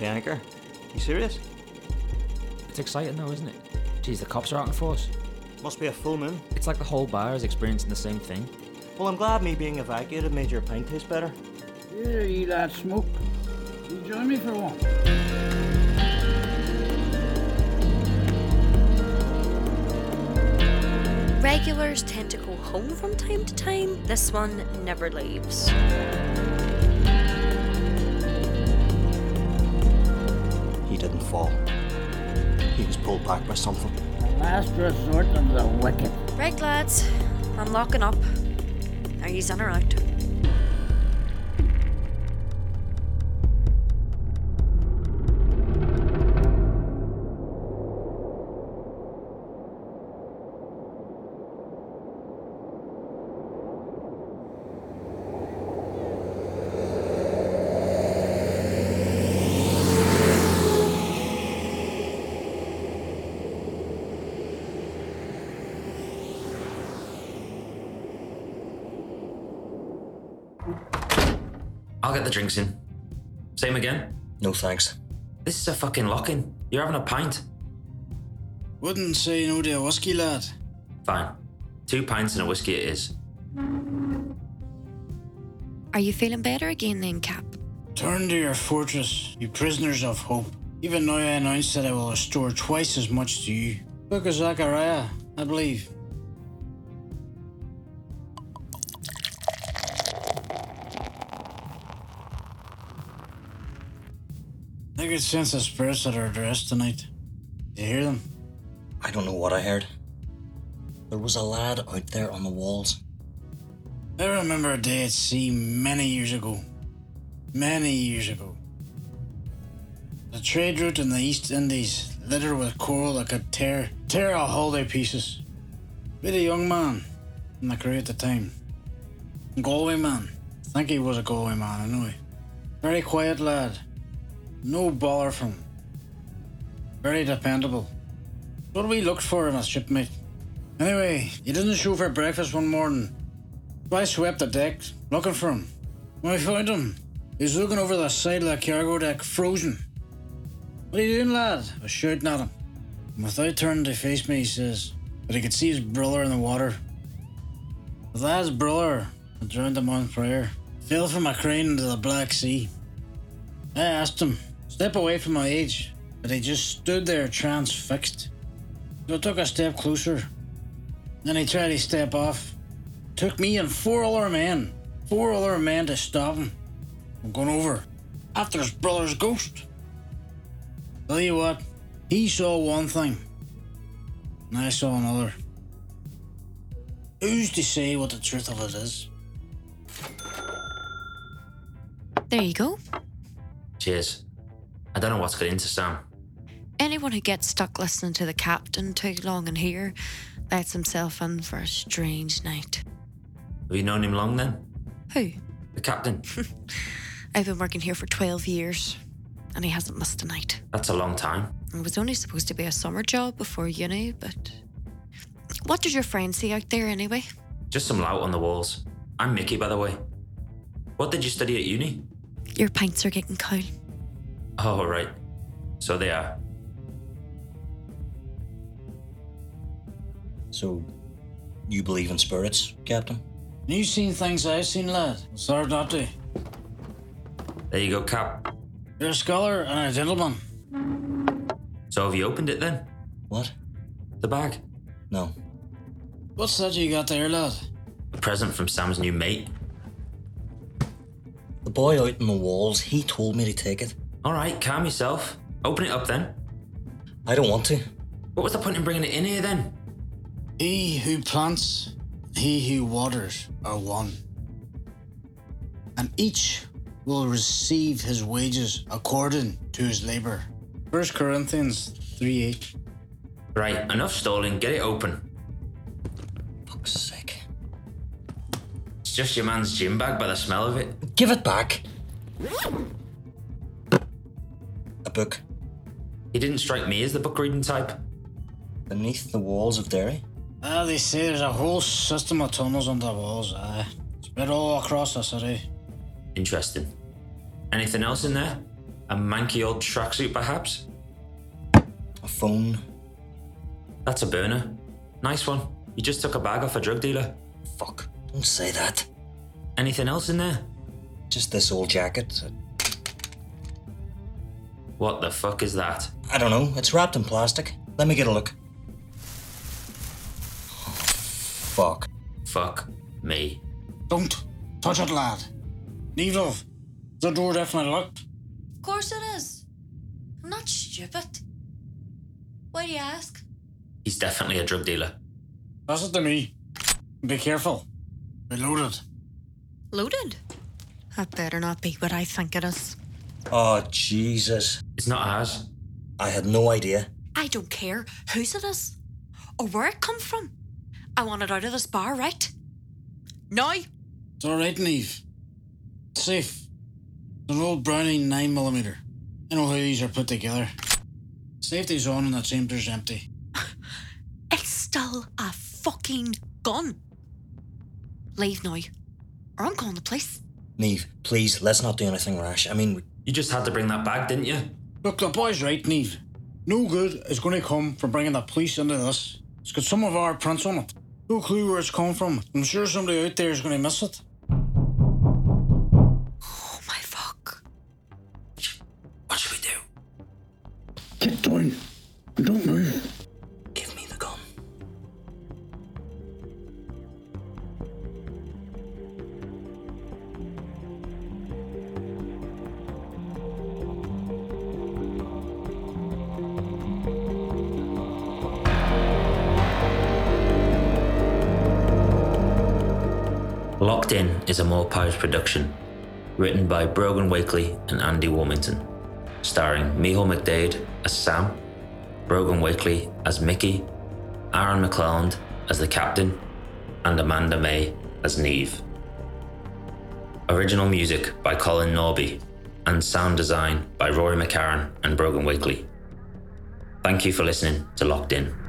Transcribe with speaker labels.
Speaker 1: The anchor? You serious?
Speaker 2: It's exciting though, isn't it? Geez, the cops are out in force.
Speaker 1: Must be a full moon.
Speaker 2: It's like the whole bar is experiencing the same thing.
Speaker 1: Well, I'm glad me being evacuated made your pint taste better.
Speaker 3: Here, you lad smoke. You join me for one.
Speaker 4: Regulars tend to go home from time to time. This one never leaves.
Speaker 1: He didn't fall. He was pulled back by something.
Speaker 3: Last resort of the wicked.
Speaker 4: Right, lads, I'm locking up. Are you in or out?
Speaker 2: I'll get the drinks in. Same again.
Speaker 1: No thanks.
Speaker 2: This is a fucking lock-in. You're having a pint.
Speaker 5: Wouldn't say no to a whiskey, lad.
Speaker 2: Fine. Two pints and a whiskey it is.
Speaker 4: Are you feeling better again then, Cap?
Speaker 5: Turn to your fortress, you prisoners of hope. Even now I announce that I will restore twice as much to you. Book of Zechariah, I believe. I could sense the spirits at our address tonight. Do you hear them?
Speaker 1: I don't know what I heard. There was a lad out there on the walls.
Speaker 5: I remember a day at sea many years ago. Many years ago. The trade route in the East Indies, littered with coral that could tear tear a hull to pieces. Bit a young man in the crew at the time. Galway man. I think he was a Galway man anyway. Very quiet lad. No bother from him. Very dependable. What we looked for in a shipmate. Anyway, he didn't show for breakfast one morning. I swept the deck looking for him. When I found him, he was looking over the side of the cargo deck, frozen. What are you doing, lad? I was shouting at him. And without turning to face me, he says, but he could see his brother in the water. The lad's brother had drowned a month prior, fell from a crane into the Black Sea. I asked him, step away from my age, but he just stood there transfixed. So I took a step closer. Then he tried to step off, took me and four other men, four other men to stop him. I'm going over after his brother's ghost. Tell you what, he saw one thing, and I saw another. Who's to say what the truth of it is?
Speaker 4: There you go.
Speaker 2: Cheers. I don't know what's got into Sam.
Speaker 4: Anyone who gets stuck listening to the captain too long in here lets himself in for a strange night.
Speaker 2: Have you known him long then?
Speaker 4: Who?
Speaker 2: The captain.
Speaker 4: I've been working here for 12 years and he hasn't missed a night.
Speaker 2: That's a long time.
Speaker 4: It was only supposed to be a summer job before uni, but. What did your friend see out there anyway?
Speaker 2: Just some lout on the walls. I'm Mickey, by the way. What did you study at uni?
Speaker 4: Your pints are getting cold.
Speaker 2: Oh, right. So they are.
Speaker 1: So, you believe in spirits, Captain?
Speaker 5: And you've seen things I've seen, lad. It's hard not to.
Speaker 2: There you go, Cap.
Speaker 5: You're a scholar and a gentleman.
Speaker 2: So have you opened it then?
Speaker 1: What?
Speaker 2: The bag?
Speaker 1: No.
Speaker 5: What's that you got there, lad?
Speaker 2: A present from Sam's new mate?
Speaker 1: The boy out on the walls, he told me to take it.
Speaker 2: Alright, calm yourself. Open it up then.
Speaker 1: I don't want to.
Speaker 2: What was the point in bringing it in here then?
Speaker 5: He who plants, he who waters are one. And each will receive his wages according to his labor. 1 Corinthians 3 8.
Speaker 2: Right, enough stalling. Get it open.
Speaker 1: Fuck's sake.
Speaker 2: It's just your man's gym bag by the smell of it.
Speaker 1: Give it back! A book.
Speaker 2: He didn't strike me as the book reading type.
Speaker 1: Beneath the walls of Derry?
Speaker 5: Ah, they say there's a whole system of tunnels under the walls, aye. Spread all across the city.
Speaker 2: Interesting. Anything else in there? A manky old tracksuit, perhaps?
Speaker 1: A phone?
Speaker 2: That's a burner. Nice one. You just took a bag off a drug dealer.
Speaker 1: Fuck. Don't say that.
Speaker 2: Anything else in there?
Speaker 1: Just this old jacket.
Speaker 2: What the fuck is that?
Speaker 1: I don't know. It's wrapped in plastic. Let me get a look. Fuck.
Speaker 2: Fuck me.
Speaker 5: Don't touch it, lad. Needle, the door definitely locked.
Speaker 4: Of course it is. I'm not stupid. Why do you ask?
Speaker 2: He's definitely a drug dealer.
Speaker 5: That's it to me. Be careful. We loaded.
Speaker 4: Loaded? That better not be what I think it is.
Speaker 1: Oh, Jesus.
Speaker 2: It's not ours.
Speaker 1: I had no idea.
Speaker 4: I don't care whose it is or where it come from. I want it out of this bar, right? Now,
Speaker 5: It's all right, Neve. It's safe. It's an old Browning 9mm. I know how these are put together. Safety's on and that empty's empty.
Speaker 4: it's still a fucking gun. Leave now, or I'm calling the police.
Speaker 1: Neve, please, let's not do anything rash. I mean,
Speaker 2: You just had to bring that bag, didn't you?
Speaker 5: Look, the boy's right, Neve. No good is going to come from bringing the police into this. It's got some of our prints on it. No clue where it's come from. I'm sure somebody out there is going to miss it.
Speaker 4: Oh my fuck.
Speaker 2: What should we do?
Speaker 6: Get down. Don't move.
Speaker 1: give me the gun.
Speaker 2: Locked In is a More Powers production, written by Brogan Wakely and Andy Wilmington, starring Michal McDade as Sam, Brogan Wakely as Mickey, Aaron McClelland as the Captain, and Amanda May as Neve. Original music by Colin Norby, and sound design by Rory McCarran and Brogan Wakely. Thank you for listening to Locked In.